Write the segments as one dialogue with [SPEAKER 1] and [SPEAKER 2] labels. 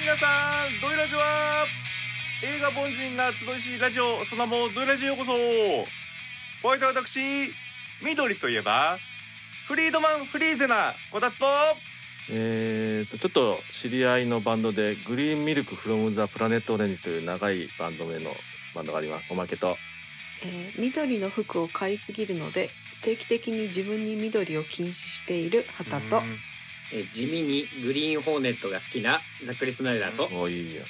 [SPEAKER 1] 皆さんドイラジは映画凡人が集いしラジオその名もドイラジへようこそお相手は私緑といえばフリードマンフリーゼなこたつと
[SPEAKER 2] えー、とちょっと知り合いのバンドでグリーンミルクフロムザプラネットオレンジという長いバンド名のバンドがありますおまけと
[SPEAKER 3] えー緑の服を買いすぎるので定期的に自分に緑を禁止している畑と
[SPEAKER 4] えー地味にグリーンホーネットが好きなザックリスナイダーと
[SPEAKER 2] おいいよ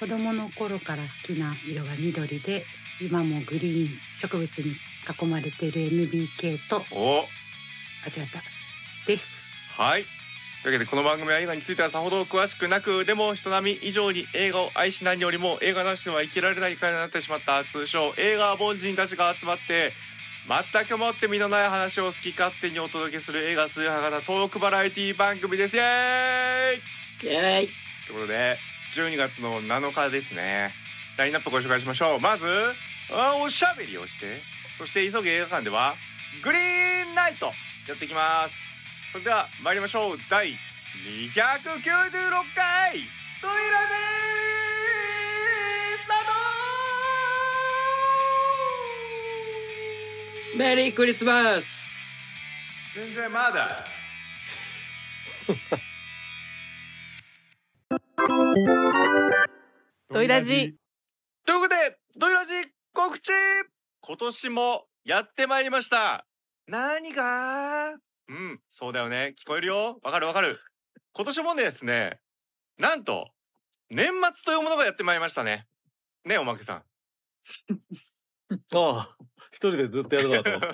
[SPEAKER 5] 子供の頃から好きな色が緑で今もグリーン植物に囲まれている NBK と
[SPEAKER 1] お
[SPEAKER 5] あ違ったです
[SPEAKER 1] はいというわけでこの番組は映画についてはさほど詳しくなくでも人並み以上に映画を愛し何よりも映画なしでは生きられない会になってしまった通称映画凡人たちが集まって全くもって身のない話を好き勝手にお届けする映画数派型トークバラエティ番組ですイエーイ
[SPEAKER 4] イエーイ
[SPEAKER 1] ということで12月の7日ですねラインナップご紹介しましょうまずあおしゃべりをしてそして急げ映画館ではグリーンナイトやっていきますそれでは参りましょう第296回トイラジースター
[SPEAKER 4] メリークリスマス
[SPEAKER 1] ト全然まだ
[SPEAKER 3] ドイラジ
[SPEAKER 1] ということで、ドイラジ告知今年もやってまいりました。何がうん、そうだよね。聞こえるよ。わかるわかる。今年もですね、なんと、年末というものがやってまいりましたね。ね、おまけさん。
[SPEAKER 2] ああ一人でずっとやるのかと思っ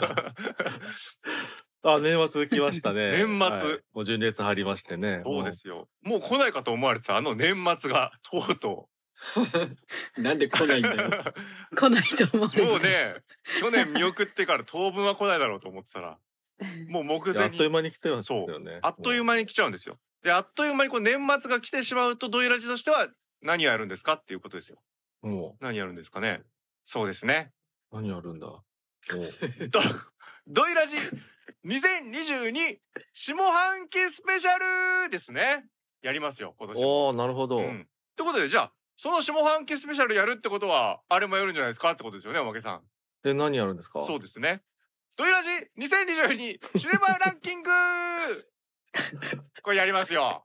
[SPEAKER 2] た あ年末来ましたね
[SPEAKER 1] 年末
[SPEAKER 2] はいもう純烈入りましてね
[SPEAKER 1] そうですよ。もう来ないかと思われてた、あの年末が、とうと
[SPEAKER 4] なんで来ないんだ
[SPEAKER 1] う。
[SPEAKER 4] よ
[SPEAKER 5] 来ないと思うんです
[SPEAKER 1] もうね、去年見送ってから当分は来ないだろうと思って たら、もう目
[SPEAKER 2] いや
[SPEAKER 1] 前
[SPEAKER 2] あっ
[SPEAKER 1] に
[SPEAKER 2] という間に来てますよね
[SPEAKER 1] あっという間に来ちゃうんですよ。で、あっという間にこう年末が来てしまうと、ドイラジとしては何をやるんですかっていうことですよ。
[SPEAKER 2] もうも
[SPEAKER 1] 何やるんですかね。そうです ね。
[SPEAKER 2] う何やるんだもう
[SPEAKER 1] ドドイラジ2022下半期スペシャルですね。やりますよ、今年も。
[SPEAKER 2] おーなるほど、
[SPEAKER 1] うん。ということで、じゃあ、その下半期スペシャルやるってことは、あれもやるんじゃないですかってことですよね、おまけさん。
[SPEAKER 2] で何やるんですか
[SPEAKER 1] そうですね。ドイラジ2022シネマランキ ングこれやりますよ。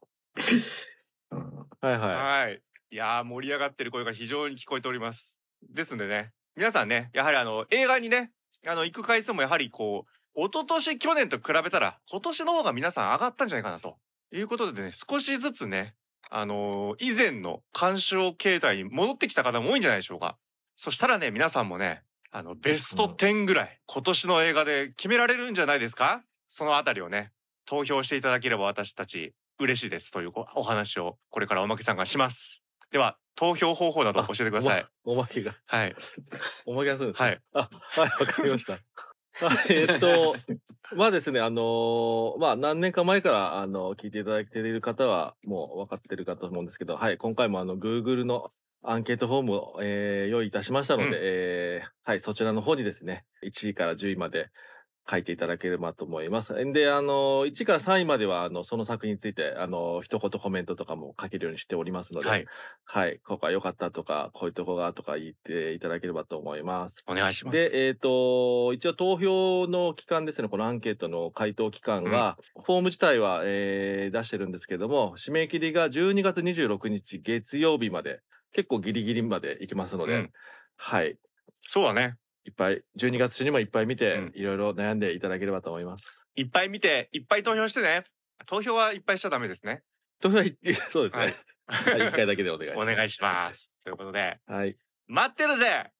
[SPEAKER 2] はいは
[SPEAKER 1] はい。いやー、盛り上がってる声が非常に聞こえております。ですんでね、皆さんね、やはりあの、映画にね、あの、行く回数もやはりこう、一昨年去年と比べたら、今年の方が皆さん上がったんじゃないかなと。いうことでね、少しずつね、あのー以前の鑑賞形態に戻ってきた方も多いんじゃないでしょうか。そしたらね、皆さんもね、あの、ベスト10ぐらい、今年の映画で決められるんじゃないですかそのあたりをね、投票していただければ私たち嬉しいですというおお話をこれからおまけさんがします。では、投票方法など教えてください。
[SPEAKER 2] おまおまけが
[SPEAKER 1] はい。
[SPEAKER 2] おまけがするんですね
[SPEAKER 1] はい。
[SPEAKER 2] あ、はい、わかりました。 はいえっと、まあですね、あのーまあ何年か前から、あの、聞いていただいている方は、もう分かってるかと思うんですけど、はい、今回もあの、Google のアンケートフォームを、えー用意いたしましたので、
[SPEAKER 1] うん
[SPEAKER 2] えーはい、そちらの方にですね、1位から10位まで書いていただければと思います。で、あの、1位から3位までは、あの、その作品について、あの、一言コメントとかも書けるようにしておりますので、
[SPEAKER 1] は
[SPEAKER 2] はいい、ここは良かったとか、こういうとこがとか言っていただければと思います。
[SPEAKER 1] お願いします。
[SPEAKER 2] で、えっ、と、一応投票の期間ですね、このアンケートの回答期間は、フォーム自体は、えー出してるんですけども、締め切りが12月26日月曜日まで、結構ギリギリまで行きますので、
[SPEAKER 1] うん
[SPEAKER 2] はい。
[SPEAKER 1] そうだね。
[SPEAKER 2] いっぱい、12月中にもいっぱい見て、
[SPEAKER 1] うん
[SPEAKER 2] いろいろ悩んでいただければと思います。
[SPEAKER 1] いっぱい見て、いっぱい投票してね。投票はいっぱいしちゃダメですね。
[SPEAKER 2] 投票は一そうですね。
[SPEAKER 1] は
[SPEAKER 2] はいい。1 回だけでお願いし
[SPEAKER 1] お
[SPEAKER 2] ます。
[SPEAKER 1] 願いします。ということで、
[SPEAKER 2] はい。
[SPEAKER 1] 待ってるぜ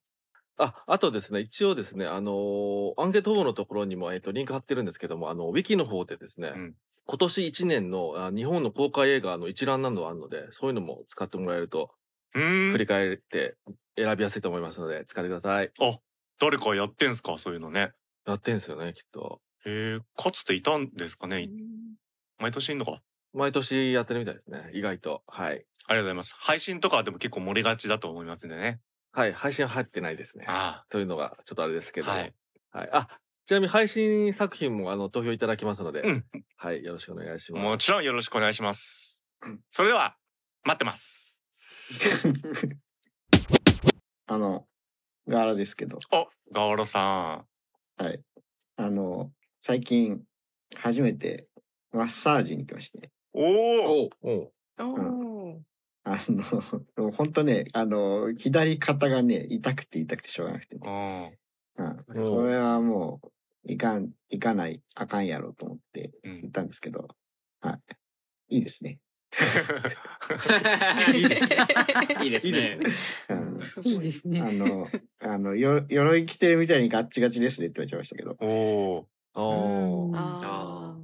[SPEAKER 2] あ、あとですね、一応ですね、あのーアンケート応募のところにも、えっ、と、リンク貼ってるんですけども、あの、ウィキの方でですね、
[SPEAKER 1] うん
[SPEAKER 2] 今年1年のあ日本の公開映画の一覧などあるので、そういうのも使ってもらえると、
[SPEAKER 1] うー
[SPEAKER 2] 振
[SPEAKER 1] ん。
[SPEAKER 2] り返って選びやすいと思いますので、使ってください。
[SPEAKER 1] 誰かやってんすかそういうのね。
[SPEAKER 2] やってんすよね、きっと。
[SPEAKER 1] えー、かつていたんですかね毎年いんのか
[SPEAKER 2] 毎年やってるみたいですね、意外と。はい。
[SPEAKER 1] ありがとうございます。配信とかでも結構漏れがちだと思いますんでね。
[SPEAKER 2] はい、配信は入ってないですね。
[SPEAKER 1] あ
[SPEAKER 2] というのが、ちょっとあれですけ
[SPEAKER 1] あ。
[SPEAKER 2] ど、
[SPEAKER 1] はい。。
[SPEAKER 2] はい、あ、ちなみに配信作品も、あの、投票いただきますので、
[SPEAKER 1] うん
[SPEAKER 2] はい、よろしくお願いします。
[SPEAKER 1] もちろんよろしくお願いします。それでは、待ってます。
[SPEAKER 6] あの、柄ですけど、
[SPEAKER 1] お、ガオロさ
[SPEAKER 6] はい。あの、最近、初めて、マッサージに行きまして。
[SPEAKER 1] ん。おお。
[SPEAKER 4] おう
[SPEAKER 2] うん。
[SPEAKER 3] おー
[SPEAKER 6] あの、 でも本当ね、あの、左肩がね、痛くて痛くてしょうがなくて、
[SPEAKER 1] う
[SPEAKER 6] ね。
[SPEAKER 1] ん。
[SPEAKER 6] うん。
[SPEAKER 2] うん
[SPEAKER 6] これはもう、いかん、いかない、あかんやろと思って
[SPEAKER 1] うん
[SPEAKER 6] 行ったんですけど、はい。いいですね。
[SPEAKER 4] いいですね。
[SPEAKER 6] うん
[SPEAKER 3] すご
[SPEAKER 5] いいですね。
[SPEAKER 6] あの、あの、よ、鎧着てるみたいにガッチガチですねって言われちゃいましたけど、
[SPEAKER 1] おお
[SPEAKER 2] あー
[SPEAKER 5] うん
[SPEAKER 3] あ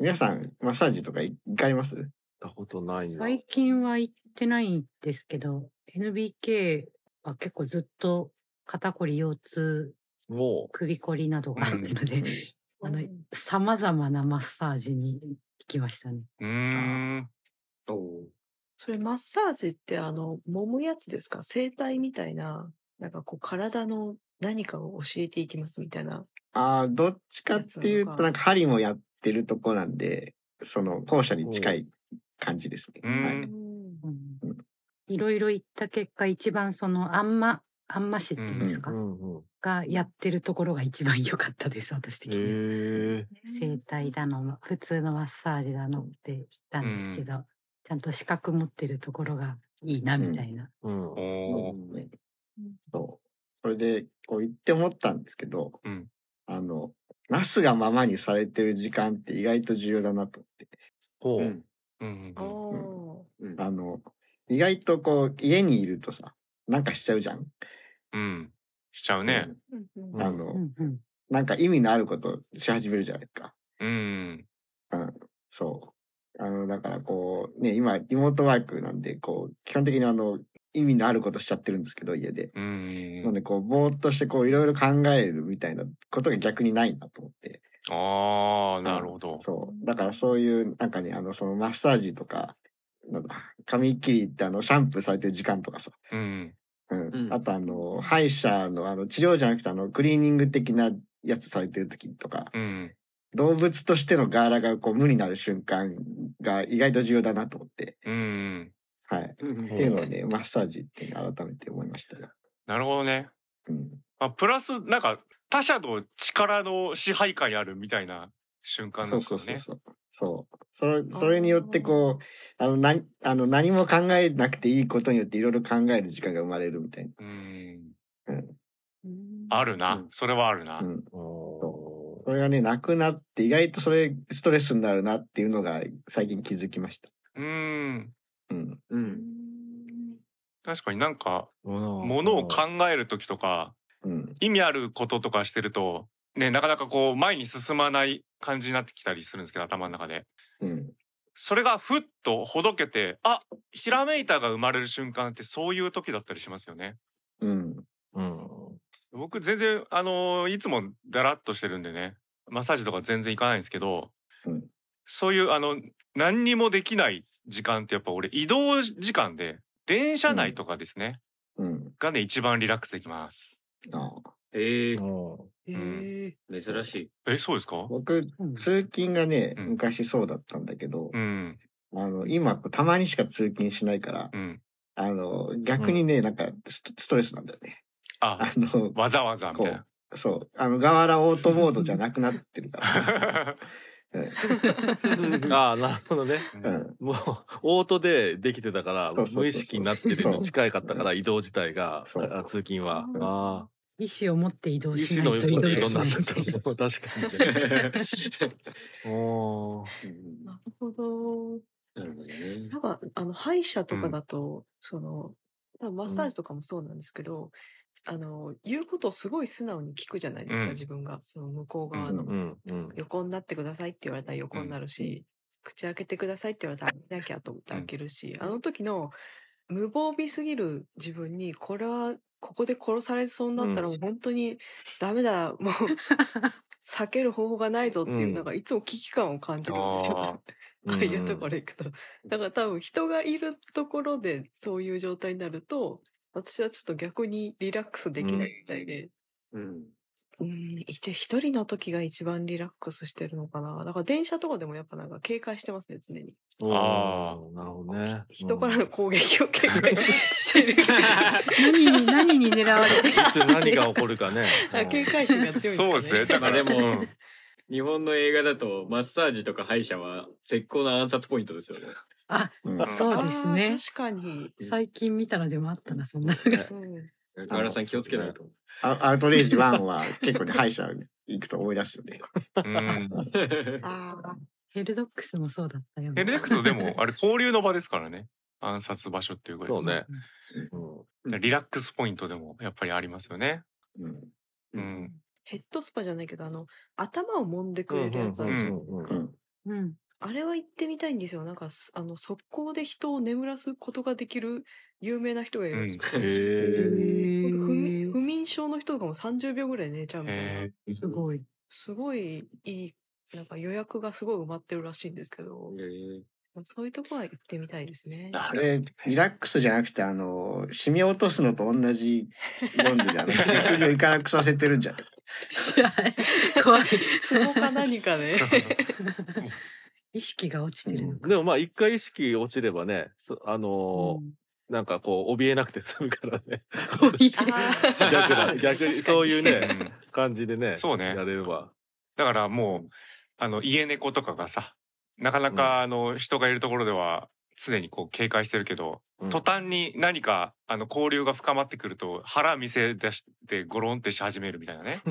[SPEAKER 6] 皆さん、マッサージとか行かれます
[SPEAKER 2] 行ったことないな。
[SPEAKER 5] 最近は行ってないんですけど、NBK は結構ずっと肩こり、腰痛、
[SPEAKER 2] も
[SPEAKER 5] 首こりなどがあったので、
[SPEAKER 3] ー
[SPEAKER 5] あのさまざまなマッサージに行きましたね。
[SPEAKER 1] ー。うーん。
[SPEAKER 4] おう
[SPEAKER 3] それマッサージってあの揉むやつですか整体みたいななんかこう体の何かを教えていきますみたいな
[SPEAKER 6] ああ、どっちかっていうと、なんか針もやってるとこなんで、その、校舎に近い感じですね。
[SPEAKER 1] う
[SPEAKER 6] は
[SPEAKER 1] ん
[SPEAKER 6] い。
[SPEAKER 5] うん
[SPEAKER 6] うん
[SPEAKER 5] いろいろ行った結果、一番そのあんま、あんま市っていうんです
[SPEAKER 2] う。
[SPEAKER 5] か、
[SPEAKER 2] うんうん。
[SPEAKER 5] がやってるところが一番良かったです、私的
[SPEAKER 2] へえ
[SPEAKER 5] には。
[SPEAKER 2] ー。
[SPEAKER 5] 整体だの、普通のマッサージだのって言ったんですけど、ちゃんと資格持ってるところがいいな、みたいな。
[SPEAKER 2] うん。
[SPEAKER 1] おお。
[SPEAKER 6] そう。それで、こう言って思ったんですけど、
[SPEAKER 1] うん
[SPEAKER 6] あの、なすがままにされてる時間って意外と重要だなと思って。
[SPEAKER 2] ほ
[SPEAKER 4] う
[SPEAKER 2] う。
[SPEAKER 4] ん
[SPEAKER 1] うん
[SPEAKER 3] あー
[SPEAKER 4] うん
[SPEAKER 6] あの、意外とこう、家にいるとさ、なんかしちゃうじゃん。
[SPEAKER 1] うん。うん。しちゃうね。
[SPEAKER 3] うんうん
[SPEAKER 6] あ
[SPEAKER 5] う
[SPEAKER 6] の、
[SPEAKER 5] んうん
[SPEAKER 6] なんか意味のあることをし始めるじゃないですか。
[SPEAKER 1] うん。
[SPEAKER 6] そう。あの、だからこう、ね、今、リモートワークなんで、こう、基本的にあの、意味のあることしちゃってるんですけど、家で。
[SPEAKER 1] うん。うん
[SPEAKER 6] なので、こう、ぼーっとして、こう、いろいろ考えるみたいなことが逆にないなと思って。
[SPEAKER 1] ああ、なるほど。
[SPEAKER 6] そう。だからそういう、なんかね、あの、そのマッサージとか、なんだ、髪切りってあの、シャンプーされてる時間とかさ。
[SPEAKER 1] うん。
[SPEAKER 6] うん。
[SPEAKER 4] うん
[SPEAKER 6] あとあの、歯医者のあの、治療じゃなくてあの、クリーニング的なやつされてる時とか、
[SPEAKER 1] うん。
[SPEAKER 6] 動物としてのガーラがこう、無になる瞬間が意外と重要だなと思って。
[SPEAKER 1] うん。
[SPEAKER 6] はい。
[SPEAKER 4] うん
[SPEAKER 6] っていうのをね、マッサージっていうのを改めて思いましたね。
[SPEAKER 1] なるほどね。
[SPEAKER 6] うん。
[SPEAKER 1] まあ、プラス、なんか、他者の力の支配下にあるみたいな瞬間
[SPEAKER 6] そ
[SPEAKER 1] な
[SPEAKER 6] うん
[SPEAKER 1] です
[SPEAKER 6] そう
[SPEAKER 1] よ
[SPEAKER 6] そう
[SPEAKER 1] ね。
[SPEAKER 6] そう。そう。それ、それによってこう、あの、な、あの、何も考えなくていいことによっていろいろ考える時間が生まれるみたい
[SPEAKER 1] うん。
[SPEAKER 6] な。うん。
[SPEAKER 3] うん
[SPEAKER 1] あるな。それはあるな
[SPEAKER 6] う。ん。
[SPEAKER 2] お
[SPEAKER 6] それがね、なくなって、意外とそれ、ストレスになるなっていうのが最近気づきました。
[SPEAKER 1] うん。
[SPEAKER 6] うん。
[SPEAKER 4] う
[SPEAKER 3] うんん
[SPEAKER 1] 確かになんか、
[SPEAKER 2] ー
[SPEAKER 1] ものを考える時とか、
[SPEAKER 6] うん。
[SPEAKER 1] 意味あることとかしてると、ね、なかなかこう、前に進まない感じになってきたりするんですけど、頭の中で。
[SPEAKER 6] うん。
[SPEAKER 1] それがふっとほどけて、あ、ひらめいたが生まれる瞬間ってそういう時だったりしますよね。
[SPEAKER 6] うん。
[SPEAKER 2] うん。
[SPEAKER 1] 僕全然、あのーいつもだらっとしてるんでね、マッサージとか全然行かないんですけど、
[SPEAKER 6] うん
[SPEAKER 1] そういう、あの、何にもできない時間ってやっぱ俺移動時間で、電車内とかですね、
[SPEAKER 6] うん。
[SPEAKER 1] がね、一番リラックスできます。
[SPEAKER 6] ああ
[SPEAKER 4] ええ
[SPEAKER 2] うん
[SPEAKER 3] え
[SPEAKER 4] 珍しい。
[SPEAKER 1] え、そうですか
[SPEAKER 6] 僕、
[SPEAKER 5] うん
[SPEAKER 6] 通勤がね、
[SPEAKER 1] うん
[SPEAKER 6] 昔そうだったんだけど
[SPEAKER 1] う、ん、
[SPEAKER 6] あの、今、こうたまにしか通勤しないから
[SPEAKER 1] う、ん。
[SPEAKER 6] あの、逆にね、なんかスト、ストレスなんだよね。あ
[SPEAKER 1] あ、
[SPEAKER 6] の、
[SPEAKER 1] わざわざみたいな。
[SPEAKER 6] そう、あの、ガワラオートモードじゃなくなってるか
[SPEAKER 2] ああ、なるほどね。
[SPEAKER 6] ら。う
[SPEAKER 1] うん
[SPEAKER 6] ん。
[SPEAKER 2] もう、オートでできてたから
[SPEAKER 6] そうそうそう、そう
[SPEAKER 2] 無意識になってるに近いかったから、移動自体が
[SPEAKER 6] そう、
[SPEAKER 2] あ通勤は。
[SPEAKER 3] うん
[SPEAKER 2] あ
[SPEAKER 5] 意思を持って移
[SPEAKER 2] あ。
[SPEAKER 5] 動
[SPEAKER 2] 意
[SPEAKER 5] し
[SPEAKER 2] 思
[SPEAKER 5] ない
[SPEAKER 2] の
[SPEAKER 5] と移動し
[SPEAKER 2] 色にな
[SPEAKER 5] ない
[SPEAKER 2] っ
[SPEAKER 5] みたい
[SPEAKER 2] て
[SPEAKER 5] な
[SPEAKER 2] る。。確かにね。おー
[SPEAKER 4] うん
[SPEAKER 3] なるほど
[SPEAKER 4] なるほどね。
[SPEAKER 3] なんか、あの、歯医者と
[SPEAKER 1] う
[SPEAKER 3] か
[SPEAKER 1] ん
[SPEAKER 3] だと、その、多分マッサージとかもそうなんですけど、あの、言うことをすごい素直に聞くじゃないですか、
[SPEAKER 1] うん
[SPEAKER 3] 自分が。その向こう側
[SPEAKER 1] うん
[SPEAKER 3] の。
[SPEAKER 2] うんうん。
[SPEAKER 3] 横になってくださいって言われたら横になるし、口開けてくださいって言われたら開けなきゃと思って開けるし、あの時の無防備すぎる自分に、これは、ここで殺されそうになったら
[SPEAKER 2] う
[SPEAKER 3] もう本当にダメだ、もう避ける方法がないぞっていう、
[SPEAKER 2] うん
[SPEAKER 3] なんかいつも危機感を感じるんですよ、
[SPEAKER 1] あー
[SPEAKER 2] う
[SPEAKER 3] あ
[SPEAKER 2] ん
[SPEAKER 3] あいうところ行くと。だから多分人がいるところでそういう状 態になると、私はちょっと逆にリラックスできないみたいで、
[SPEAKER 4] うん。
[SPEAKER 3] うん、一応一人の時が一番リラックスしてるのかな。だから電車とかでもやっぱなんか警戒してますね、常に。
[SPEAKER 1] あ
[SPEAKER 2] おーなるほどね。
[SPEAKER 3] 人から
[SPEAKER 2] うん
[SPEAKER 3] の攻撃を警戒してる。
[SPEAKER 5] 何に何に狙われてるんです
[SPEAKER 2] いつ
[SPEAKER 5] か
[SPEAKER 2] 何が起こるかね。
[SPEAKER 3] あ警戒心が強いんですかね。
[SPEAKER 1] そうですね。だ
[SPEAKER 4] ま
[SPEAKER 1] か
[SPEAKER 4] あ
[SPEAKER 1] ら
[SPEAKER 4] でも
[SPEAKER 1] うん
[SPEAKER 4] 日本の映画だとマッサージとか歯医者は絶好の暗殺ポイントですよね。
[SPEAKER 6] うん
[SPEAKER 5] そうです
[SPEAKER 3] あ
[SPEAKER 5] ね
[SPEAKER 3] ー確かに。
[SPEAKER 5] 最近見たのでもあったなそんなのが
[SPEAKER 3] うん
[SPEAKER 4] 河原さん気をつけないと。
[SPEAKER 6] アアウトレイジ1は結構ね、歯医者行くと思い出すよ ね。
[SPEAKER 1] うん。
[SPEAKER 3] あー
[SPEAKER 5] ヘルドックスもそうだったよ
[SPEAKER 1] ヘルデックスでもあれ交流の場ですからね。暗殺場所っていうぐらい。
[SPEAKER 2] そうね。
[SPEAKER 1] リラックスポイントでもやっぱりありますよね。
[SPEAKER 6] うん。
[SPEAKER 1] うん。
[SPEAKER 3] ヘッドスパじゃないけど、あの、頭を揉んでくれるやつあるじゃないですか
[SPEAKER 6] うん。
[SPEAKER 5] うん
[SPEAKER 3] あれは行ってみたいんですよ。なんかす、あの、速攻で人を眠らすことができる有名な人がいるんです
[SPEAKER 2] へ
[SPEAKER 3] よ。
[SPEAKER 2] え。
[SPEAKER 3] ほんと不
[SPEAKER 5] へ
[SPEAKER 3] 眠不眠症の人とかも30秒ぐらい寝ちゃうみたいな
[SPEAKER 1] え。
[SPEAKER 5] えすご い
[SPEAKER 3] すごいいい、なんか予約がすごい埋まってるらしいんですけど、そういうとこは行ってみたいですね。
[SPEAKER 6] あれ、リラックスじゃなくて、あの、染み落とすのと同じ論理で、あの、薬をいかなくさせてるんじゃないです
[SPEAKER 5] 知
[SPEAKER 6] か。
[SPEAKER 5] らない怖い
[SPEAKER 3] そこか何かね。
[SPEAKER 5] 意識が落ちてるのか、
[SPEAKER 2] でもまあ一回意識落ちればね、そあ
[SPEAKER 5] う
[SPEAKER 2] の
[SPEAKER 5] ん
[SPEAKER 2] ーなんかこう怯えなくて済むからね。
[SPEAKER 3] あー
[SPEAKER 2] 逆だ逆にそういう
[SPEAKER 1] う
[SPEAKER 2] ね
[SPEAKER 1] ん
[SPEAKER 2] 感じでね。
[SPEAKER 1] そうね
[SPEAKER 2] やれれば。
[SPEAKER 1] だからもうあの家猫とかがさなかなかあの人がいるところでは常にこう警戒してるけど、
[SPEAKER 2] うん
[SPEAKER 1] 途端に何かあの交流が深まってくると腹見せ出してゴロンってし始めるみたいな ね、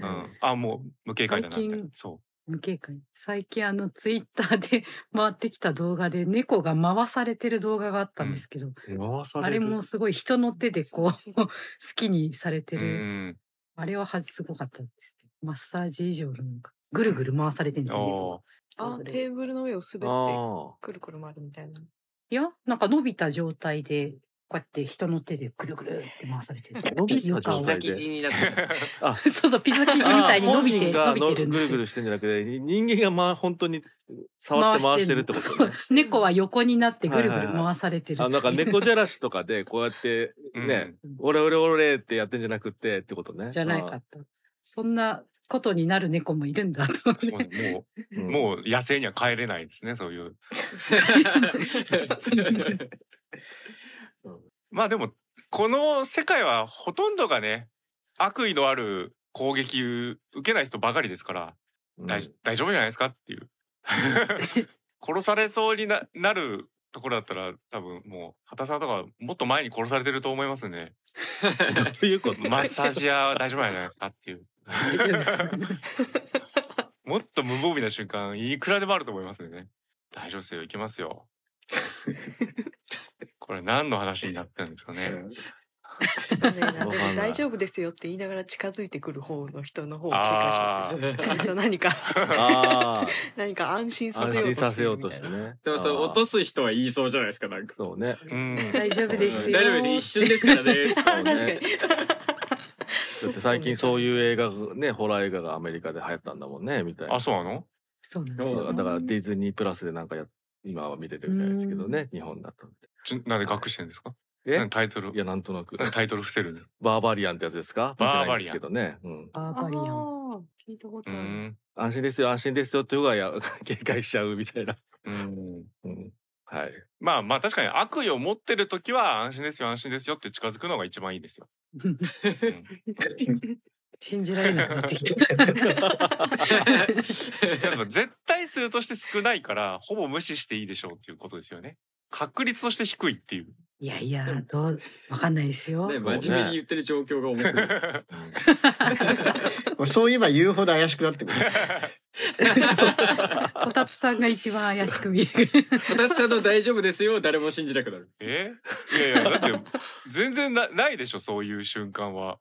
[SPEAKER 1] うん、あもう無警戒だなみたい
[SPEAKER 5] 最
[SPEAKER 1] な
[SPEAKER 5] 近
[SPEAKER 1] そ
[SPEAKER 5] 無警戒最近あのツイッターで 回ってきた動画で猫が回されてる動画があったんですけど、
[SPEAKER 2] 回さ
[SPEAKER 5] あ
[SPEAKER 2] れ
[SPEAKER 5] れ
[SPEAKER 2] る
[SPEAKER 5] もすごい人の手で こう好きにされて
[SPEAKER 1] うう
[SPEAKER 5] る、
[SPEAKER 1] ん
[SPEAKER 5] あれははすごかったですねマッサージ以上のなんかぐるぐる回されてるんですよ猫が
[SPEAKER 1] お
[SPEAKER 3] あ、テーブルの上を滑って、
[SPEAKER 2] あ
[SPEAKER 3] くるくる回るみたいな。
[SPEAKER 5] いやなんか伸びた状態でこうやって人の手でぐるぐるって回されてる
[SPEAKER 2] あ。 伸びた
[SPEAKER 5] 床
[SPEAKER 2] 状態
[SPEAKER 5] を
[SPEAKER 4] 先
[SPEAKER 2] で。
[SPEAKER 4] になって
[SPEAKER 5] そうそう、ピザ生地みたいに伸びて、
[SPEAKER 2] あー本人
[SPEAKER 5] 伸び
[SPEAKER 2] が
[SPEAKER 5] てるん
[SPEAKER 2] のぐ
[SPEAKER 5] で
[SPEAKER 2] る
[SPEAKER 5] す
[SPEAKER 2] ぐ
[SPEAKER 5] よ。
[SPEAKER 2] るしてんじゃなくてに人間がまあ本当に触って回してるってこと
[SPEAKER 5] 回
[SPEAKER 2] ね
[SPEAKER 5] してんのそう猫は横になってぐるぐる回されてる。
[SPEAKER 2] あなんか猫じゃらしとかでこうやって
[SPEAKER 1] うん
[SPEAKER 2] ね、俺俺俺ってやってんじゃなくてってことね。
[SPEAKER 5] じゃないかった。そんなことになる猫もいるんだと思って。
[SPEAKER 1] そうねも
[SPEAKER 2] う。
[SPEAKER 1] うんもう野生には帰れないですねそういう
[SPEAKER 4] る。
[SPEAKER 1] まあでもこの世界はほとんどがね悪意のある攻撃受けない人ばかりですから
[SPEAKER 2] うん
[SPEAKER 1] 大大丈夫じゃないですかっていう。殺されそうにななるところだったら多分もう畑さんとかもっと前に殺されてると思いますんで
[SPEAKER 2] どういうこと
[SPEAKER 1] マッサージ屋は大丈夫なんじゃないですかっていう
[SPEAKER 5] 大丈夫
[SPEAKER 1] もっと無防備な瞬間いくらでもあると思いますんでね大丈夫ですよ行きます よこれ何の話になってるんですかね
[SPEAKER 3] ねなん
[SPEAKER 2] わ
[SPEAKER 3] で
[SPEAKER 2] かんない
[SPEAKER 3] 大丈夫ですよって言いながら近づいてくる方の人の方を警戒しますね。ちゃんと何か、
[SPEAKER 2] あ
[SPEAKER 3] 何か安心
[SPEAKER 2] あ、
[SPEAKER 3] さ
[SPEAKER 2] 安
[SPEAKER 3] せようとし
[SPEAKER 2] 心させようとし
[SPEAKER 3] てるみたいな。
[SPEAKER 2] てね。
[SPEAKER 4] でもそれ
[SPEAKER 2] あー
[SPEAKER 4] 落とす人は言いそうじゃないですかなんか。
[SPEAKER 2] そうね。
[SPEAKER 1] うん
[SPEAKER 5] 大丈夫です
[SPEAKER 4] 大
[SPEAKER 5] よ。
[SPEAKER 4] 丈夫です一瞬ですから ね。
[SPEAKER 2] そう
[SPEAKER 3] 確か
[SPEAKER 2] ね
[SPEAKER 3] に。
[SPEAKER 2] だって最近そう
[SPEAKER 3] う。
[SPEAKER 2] いう映画がね、ホラー映画がアメリカで流行ったんだもんね、みたいな。
[SPEAKER 1] あそうなの
[SPEAKER 5] そうなんです
[SPEAKER 2] だから
[SPEAKER 5] よ。
[SPEAKER 2] だからディズニープラスでなんかや今は見れるみたいですけどね、日本だと。
[SPEAKER 1] ちょなんで隠してるんですか
[SPEAKER 2] え
[SPEAKER 1] 何タイトル
[SPEAKER 2] いや、なんとなく
[SPEAKER 1] な。んでタイトル伏せるんです
[SPEAKER 2] バーバリアンってやつですか
[SPEAKER 1] バーバリアン
[SPEAKER 2] 見てないんですけどね。うん。
[SPEAKER 5] バーバリアン。
[SPEAKER 3] あ
[SPEAKER 5] 聞いたこと
[SPEAKER 1] う
[SPEAKER 5] ある。
[SPEAKER 1] ん
[SPEAKER 2] 安心ですよ、安心ですよっていう方がや警戒しちゃうみたいな。
[SPEAKER 1] うん
[SPEAKER 2] うん。はい。
[SPEAKER 1] まあまあ確かに悪意を持ってる時は安心ですよ安心ですよって近づくのが一番いいですよ。うん
[SPEAKER 5] 信じられなくなってきて
[SPEAKER 1] でも絶対数として少ないからほぼ無視していいでしょうっていうことですよね。確率として低いっていう。
[SPEAKER 5] いやいや、どう、わかんないですよ。
[SPEAKER 4] ね真面目に言ってる状況が面白い。
[SPEAKER 6] うんそういえば言うほど怪しくなってくる。
[SPEAKER 5] こたつさんが一番怪しく見える。
[SPEAKER 4] 私さんの大丈夫ですよ誰も信じなくなる。
[SPEAKER 1] え いやいやだって全然なないでしょそういう瞬間は。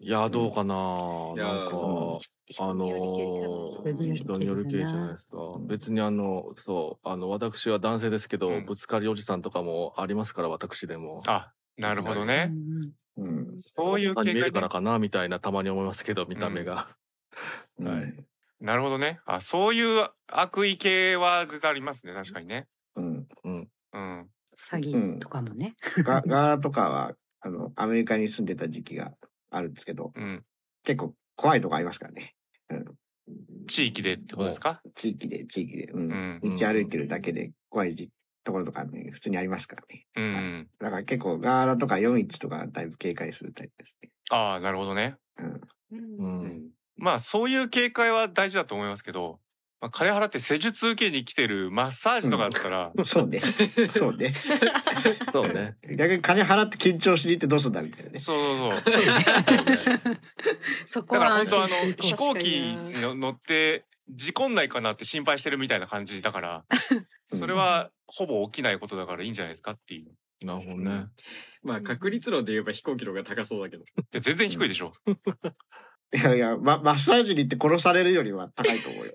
[SPEAKER 2] いや、どうかな、
[SPEAKER 4] いや
[SPEAKER 2] なんか。
[SPEAKER 3] ー
[SPEAKER 2] あの
[SPEAKER 5] 人によ
[SPEAKER 2] ー
[SPEAKER 5] り
[SPEAKER 2] 人による系じゃないですか。別にあの、そう、あの、私は男性ですけど、
[SPEAKER 1] うん
[SPEAKER 2] ぶつかりおじさんとかもありますから、私でも。
[SPEAKER 1] あなるほど
[SPEAKER 5] う
[SPEAKER 1] ね。
[SPEAKER 5] ん
[SPEAKER 6] うん。
[SPEAKER 1] そういう
[SPEAKER 2] 何
[SPEAKER 1] 経
[SPEAKER 2] 見え
[SPEAKER 1] 験
[SPEAKER 2] るからかなみたいな、たまに思いますけど、見た目が。は
[SPEAKER 6] はいい。
[SPEAKER 1] なるほどね。あそういう悪意系は全然ありますね確かにね。
[SPEAKER 6] うん。
[SPEAKER 2] うん。
[SPEAKER 1] うん。
[SPEAKER 5] 詐欺とかもね。
[SPEAKER 6] ガガーラとかは、あの、アメリカに住んでた時期があるんですけど、
[SPEAKER 1] うん。
[SPEAKER 6] 結構怖いとこありますからね。うん、
[SPEAKER 1] 地域でってことですか
[SPEAKER 6] 地域で、地域で、う。
[SPEAKER 1] うんん
[SPEAKER 2] う
[SPEAKER 6] 道
[SPEAKER 2] ん
[SPEAKER 6] 歩いてるだけで怖いじところとかね、普通にありますからね。
[SPEAKER 1] うん
[SPEAKER 6] だから結構、ガーラとか41とかだいぶ警戒するタイプですね。
[SPEAKER 1] ああなるほどね
[SPEAKER 6] うん。
[SPEAKER 2] う
[SPEAKER 3] うん
[SPEAKER 2] ん
[SPEAKER 1] まあそういう警戒は大事だと思いますけど、まあ、金払って施術受けに来てるマッサージとかだったら、
[SPEAKER 6] そうね。そうね。
[SPEAKER 2] そうね。
[SPEAKER 6] 逆に金払って緊張しに行ってどうすんだみたいなね。
[SPEAKER 1] そうそうそう
[SPEAKER 5] そこ
[SPEAKER 1] だから
[SPEAKER 5] は
[SPEAKER 1] 本
[SPEAKER 5] 安
[SPEAKER 1] 当あ
[SPEAKER 5] 心
[SPEAKER 1] の
[SPEAKER 5] してい
[SPEAKER 1] 飛
[SPEAKER 5] こ
[SPEAKER 1] 行機に乗って事故んないかなって心配してるみたいな感じだからそれはほぼ起きないことだからいいんじゃないですかっていうい
[SPEAKER 2] なるほどね。
[SPEAKER 4] まあ確率論で言えば飛行機の方が高そうだけど。
[SPEAKER 1] や全然低いでしょ、
[SPEAKER 6] いやいや、ま、マッサージに行って殺されるよりは高いと思うよ。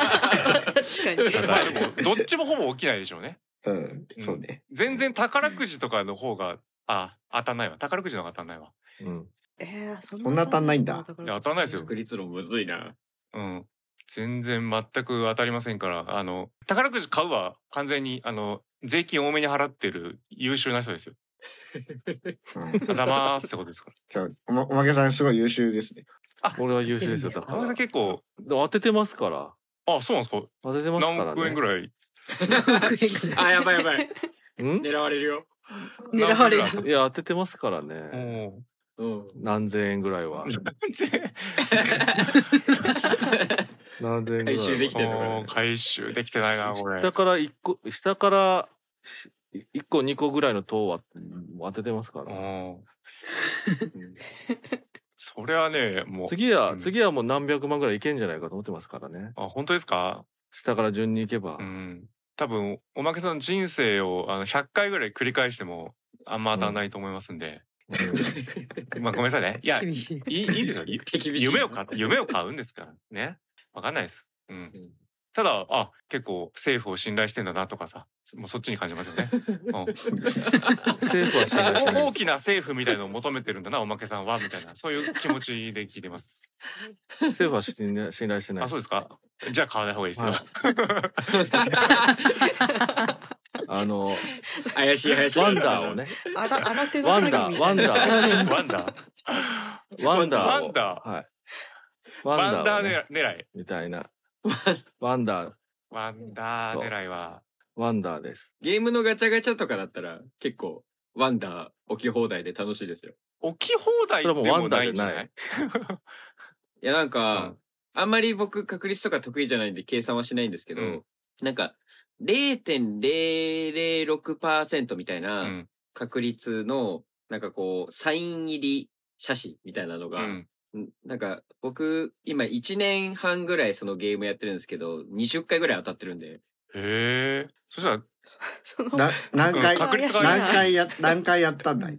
[SPEAKER 3] 確かに。
[SPEAKER 1] まあでもどっちもほぼ起きないでしょうね
[SPEAKER 6] うん、そうね。
[SPEAKER 1] 全然宝くじとかの方があ当たんないわ宝くじの方が当たんないわ
[SPEAKER 2] うん。
[SPEAKER 3] えー、そ
[SPEAKER 6] そんな当たんないんだ
[SPEAKER 1] いや当たんないですよ
[SPEAKER 4] 確率論むずい な。
[SPEAKER 1] うん全然全く当たりませんからあの宝くじ買うは完全にあの税金多めに払ってる優秀な人ですよ
[SPEAKER 6] うん、
[SPEAKER 1] あざまーすってことですから
[SPEAKER 6] じゃあおまおまけさんすごい優秀ですね。
[SPEAKER 2] 俺は優秀ですよ。だか
[SPEAKER 1] 山本さ
[SPEAKER 2] ら。
[SPEAKER 1] ん結構
[SPEAKER 2] でも当ててますから。
[SPEAKER 1] あそうなんですか
[SPEAKER 2] 当ててますからね。
[SPEAKER 1] 何億円ぐらい
[SPEAKER 4] あ、やばいやば い。
[SPEAKER 2] うん
[SPEAKER 4] 狙われるよ。
[SPEAKER 5] 狙われる
[SPEAKER 1] 何億円ぐ
[SPEAKER 2] いや、当ててますから
[SPEAKER 1] らい
[SPEAKER 2] ね。
[SPEAKER 1] おー
[SPEAKER 4] うん。
[SPEAKER 2] 何千円ぐらいは。
[SPEAKER 1] 全
[SPEAKER 2] 何千円ぐらいは。
[SPEAKER 4] 回収できてるのかな
[SPEAKER 1] もう回収できてないなこれ
[SPEAKER 2] 下から一個、下からし一個二個ぐらいの塔は当ててますか
[SPEAKER 1] う
[SPEAKER 2] ら。
[SPEAKER 1] んそれはねもう
[SPEAKER 2] 次は、
[SPEAKER 1] うん
[SPEAKER 2] 次はもう何百万ぐらいいけんじゃないかと思ってますからね。
[SPEAKER 1] あ本当ですか
[SPEAKER 2] 下から順に行けば
[SPEAKER 1] う。ん多分おまけさん人生をあの100回ぐらい繰り返してもあんま当たんないと思いますんで、まあごめんなさいねいやい
[SPEAKER 5] 厳しい。
[SPEAKER 1] いいいですよい
[SPEAKER 4] 手厳しい。
[SPEAKER 1] 夢を買っ夢を買うんですからねわかんないです、うん
[SPEAKER 4] うん
[SPEAKER 1] ただあ結構政府を信頼してんだなとかさもうそっちに感じますよね、うん
[SPEAKER 2] 政府は信頼して
[SPEAKER 1] お
[SPEAKER 2] る
[SPEAKER 1] 大。きな政府みたいのを求めてるんだなおまけさんはみたいなそういう気持ちで聞いてます。
[SPEAKER 2] 政府は信頼信頼してない。
[SPEAKER 1] あそうですか。じゃあ買わない方がいいですよ。
[SPEAKER 2] はい あの、
[SPEAKER 4] 怪しい怪しい。
[SPEAKER 2] ワンダーを。ね。
[SPEAKER 3] あら、新手の
[SPEAKER 2] ワ
[SPEAKER 3] 詐欺
[SPEAKER 2] ン
[SPEAKER 3] みた
[SPEAKER 2] ダ ー、
[SPEAKER 3] いな
[SPEAKER 2] ワ
[SPEAKER 1] ワ
[SPEAKER 2] ンダー。
[SPEAKER 1] ンダー。
[SPEAKER 2] ワンダー
[SPEAKER 1] ワ
[SPEAKER 2] を。
[SPEAKER 1] ンダー
[SPEAKER 2] はい。
[SPEAKER 1] ワ
[SPEAKER 2] ワ
[SPEAKER 1] ンダ
[SPEAKER 2] ンダ
[SPEAKER 1] ー
[SPEAKER 2] ーをね、
[SPEAKER 1] ね狙い。
[SPEAKER 2] みたいな。ワンダー、
[SPEAKER 1] ワンダー狙いは。
[SPEAKER 2] ワンダーです。
[SPEAKER 4] ゲームのガチャガチャとかだったら結構ワンダー置き放題で楽しいですよ。
[SPEAKER 1] 置き放題
[SPEAKER 2] そ
[SPEAKER 1] で
[SPEAKER 2] れは
[SPEAKER 1] も
[SPEAKER 2] もうワンダ
[SPEAKER 1] な
[SPEAKER 2] ー
[SPEAKER 1] いん
[SPEAKER 2] じ
[SPEAKER 1] じ
[SPEAKER 2] ゃ
[SPEAKER 1] ゃ
[SPEAKER 2] ない
[SPEAKER 1] ない
[SPEAKER 4] いやなんか、
[SPEAKER 1] うん
[SPEAKER 4] あんまり僕確率とか得意じゃないんで計算はしないんですけど、
[SPEAKER 1] うん
[SPEAKER 4] なんか0.006%みたいうなん確率のなんかこうサイン入り写真みたいなの
[SPEAKER 1] う
[SPEAKER 4] が、
[SPEAKER 1] ん。
[SPEAKER 4] なんか僕今1年半ぐらいそのゲームやってるんですけど20回ぐらい当たってるん で
[SPEAKER 1] へえ。そしたら
[SPEAKER 3] その、
[SPEAKER 6] な何回、
[SPEAKER 1] 確率が
[SPEAKER 6] 何回や、何回やったんだい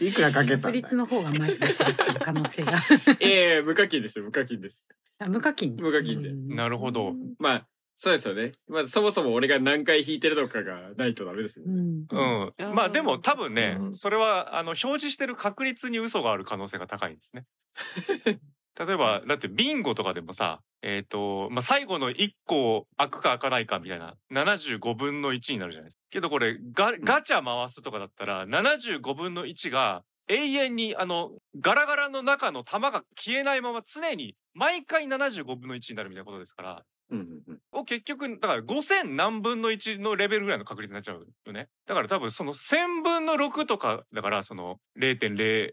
[SPEAKER 6] いくらか
[SPEAKER 5] 確
[SPEAKER 6] けたんだい
[SPEAKER 5] 率の方が間違ってる可能性が。
[SPEAKER 4] ええ無課金ですよ無課金です
[SPEAKER 5] あ無課金。
[SPEAKER 4] 無課金で
[SPEAKER 5] うん
[SPEAKER 1] なるほど。
[SPEAKER 4] まあそうですよねまあそもそも俺が何回引いてるのかがないとダメですよ
[SPEAKER 5] う
[SPEAKER 4] ね
[SPEAKER 5] ん。
[SPEAKER 1] うん
[SPEAKER 3] うん
[SPEAKER 1] まあでも多分ね、
[SPEAKER 2] うん
[SPEAKER 1] それはあの表示してる確率に嘘がある可能性が高いん ですね。例えばだってビンゴとかでもさ、えっ、とまあ最後の1個開くか開かないかみたいな75分の1になるじゃないですか。けどこれガガチャ回すとかだったら75分の1が永遠にあのガラガラの中の玉が消えないまま常に毎回75分の1になるみたいなことですから。
[SPEAKER 4] うんうん うん
[SPEAKER 1] を結局だから5,000何分の1のレベルぐらいの確率になっちゃうよねだから多分その1,000分の6とかだからその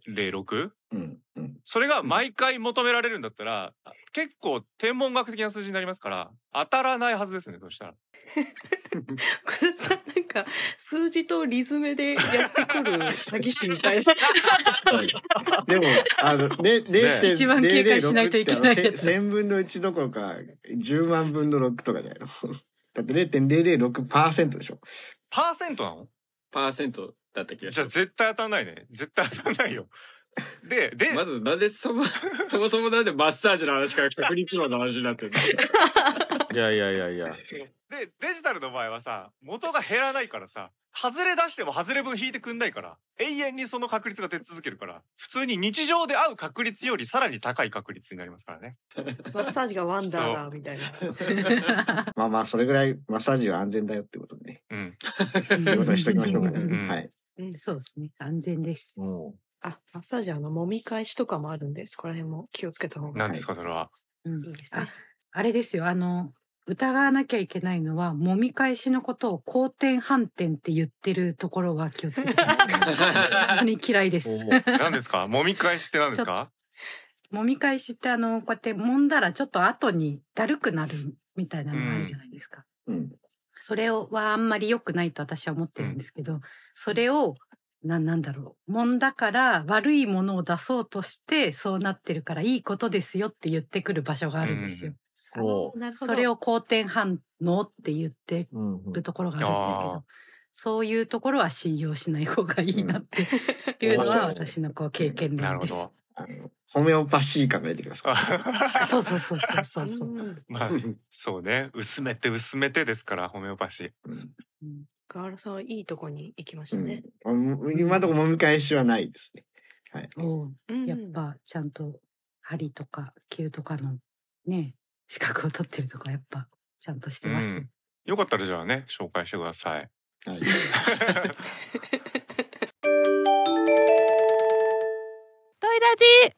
[SPEAKER 1] 0.006
[SPEAKER 6] うん、うん。
[SPEAKER 1] それが毎回求められるんだったら、結構天文学的な数字になりますから当たらないはずですねそしたら。
[SPEAKER 3] 福田さんなんか、数字とリズムでやってくる詐欺師みたいな。
[SPEAKER 6] でも、あの、 ね、0.006って、
[SPEAKER 5] 一番警戒しないといけないやつ
[SPEAKER 6] 1000分の1どころか、10万分の6とかじゃないの。 だって0.006%でしょ。
[SPEAKER 1] パーセントなの
[SPEAKER 4] パーセントだった気がし
[SPEAKER 1] じゃ
[SPEAKER 4] ま
[SPEAKER 1] あ
[SPEAKER 4] す
[SPEAKER 1] 絶対当たんないね絶対当たんないよ。でで、
[SPEAKER 4] まずなんでそも そもそもなんでマッサージの話から確率論の話になって るの
[SPEAKER 2] いやいやいやいや。
[SPEAKER 1] でデジタルの場合はさ元が減らないからさ外れ出しても外れ分引いてくんないから永遠にその確率が出続けるから普通に日常で会う確率よりさらに高い確率になりますからね
[SPEAKER 3] マッサージがワンダーだ、みたいな。それじゃ
[SPEAKER 6] まあまあ、それぐらいマッサージは安全だよってことでね。
[SPEAKER 1] うん
[SPEAKER 6] ってことにしときましょうか
[SPEAKER 1] ん
[SPEAKER 6] ね。はい。
[SPEAKER 5] そうですね。安全です。
[SPEAKER 2] うん。
[SPEAKER 3] あ、マッサージはあの、揉み返しとかもあるんで、そこら辺も気をつけた方が
[SPEAKER 1] 何ですかそれは。
[SPEAKER 5] うん
[SPEAKER 3] いいですね。
[SPEAKER 5] あれですよ、あの、疑わなきゃいけないのは、揉み返しのことを好転反転って言ってるところが気をつけてく ださい本当に嫌いです。
[SPEAKER 1] 何です か揉み返しって何ですか
[SPEAKER 5] 揉み返しってあの、こうやって揉んだらちょっと後にだるくなるみたいなのがあるじゃないですか。
[SPEAKER 6] うん。
[SPEAKER 5] それをはあんまり良くないと私は思ってるんですけど、それを、な、なんだろう。揉んだから悪いものを出そうとして、そうなってるからいいことですよって言ってくる場所があるんですよ。
[SPEAKER 2] おう
[SPEAKER 3] なるほど
[SPEAKER 5] それを好転反応って言って
[SPEAKER 2] うんうん
[SPEAKER 5] るところがあるんですけ
[SPEAKER 1] あー
[SPEAKER 5] ど、そういうところは信用しない方がいいなっていうの
[SPEAKER 6] うん
[SPEAKER 5] は私のこう経験
[SPEAKER 1] なる
[SPEAKER 5] 談
[SPEAKER 1] ほ
[SPEAKER 5] です。
[SPEAKER 1] ど。
[SPEAKER 6] あの、ホメオパシー感が出てきますか ら。
[SPEAKER 5] あそうそうそうそうそうそう。
[SPEAKER 3] ん
[SPEAKER 1] まあそうね薄めて薄めてですからホメオパシー。
[SPEAKER 6] うん
[SPEAKER 5] うん
[SPEAKER 3] 河原さんはいいとこに行きまし
[SPEAKER 6] う
[SPEAKER 3] たね
[SPEAKER 6] ん。あも今のところ揉み返しはないですね。はい。
[SPEAKER 5] おう
[SPEAKER 3] うん
[SPEAKER 5] やっぱちゃんと針とか球とかのね、資格を取ってるとかやっぱちゃんとしてます。
[SPEAKER 1] うんよかったらじゃあね紹介してください。
[SPEAKER 6] はい。
[SPEAKER 7] トイラジ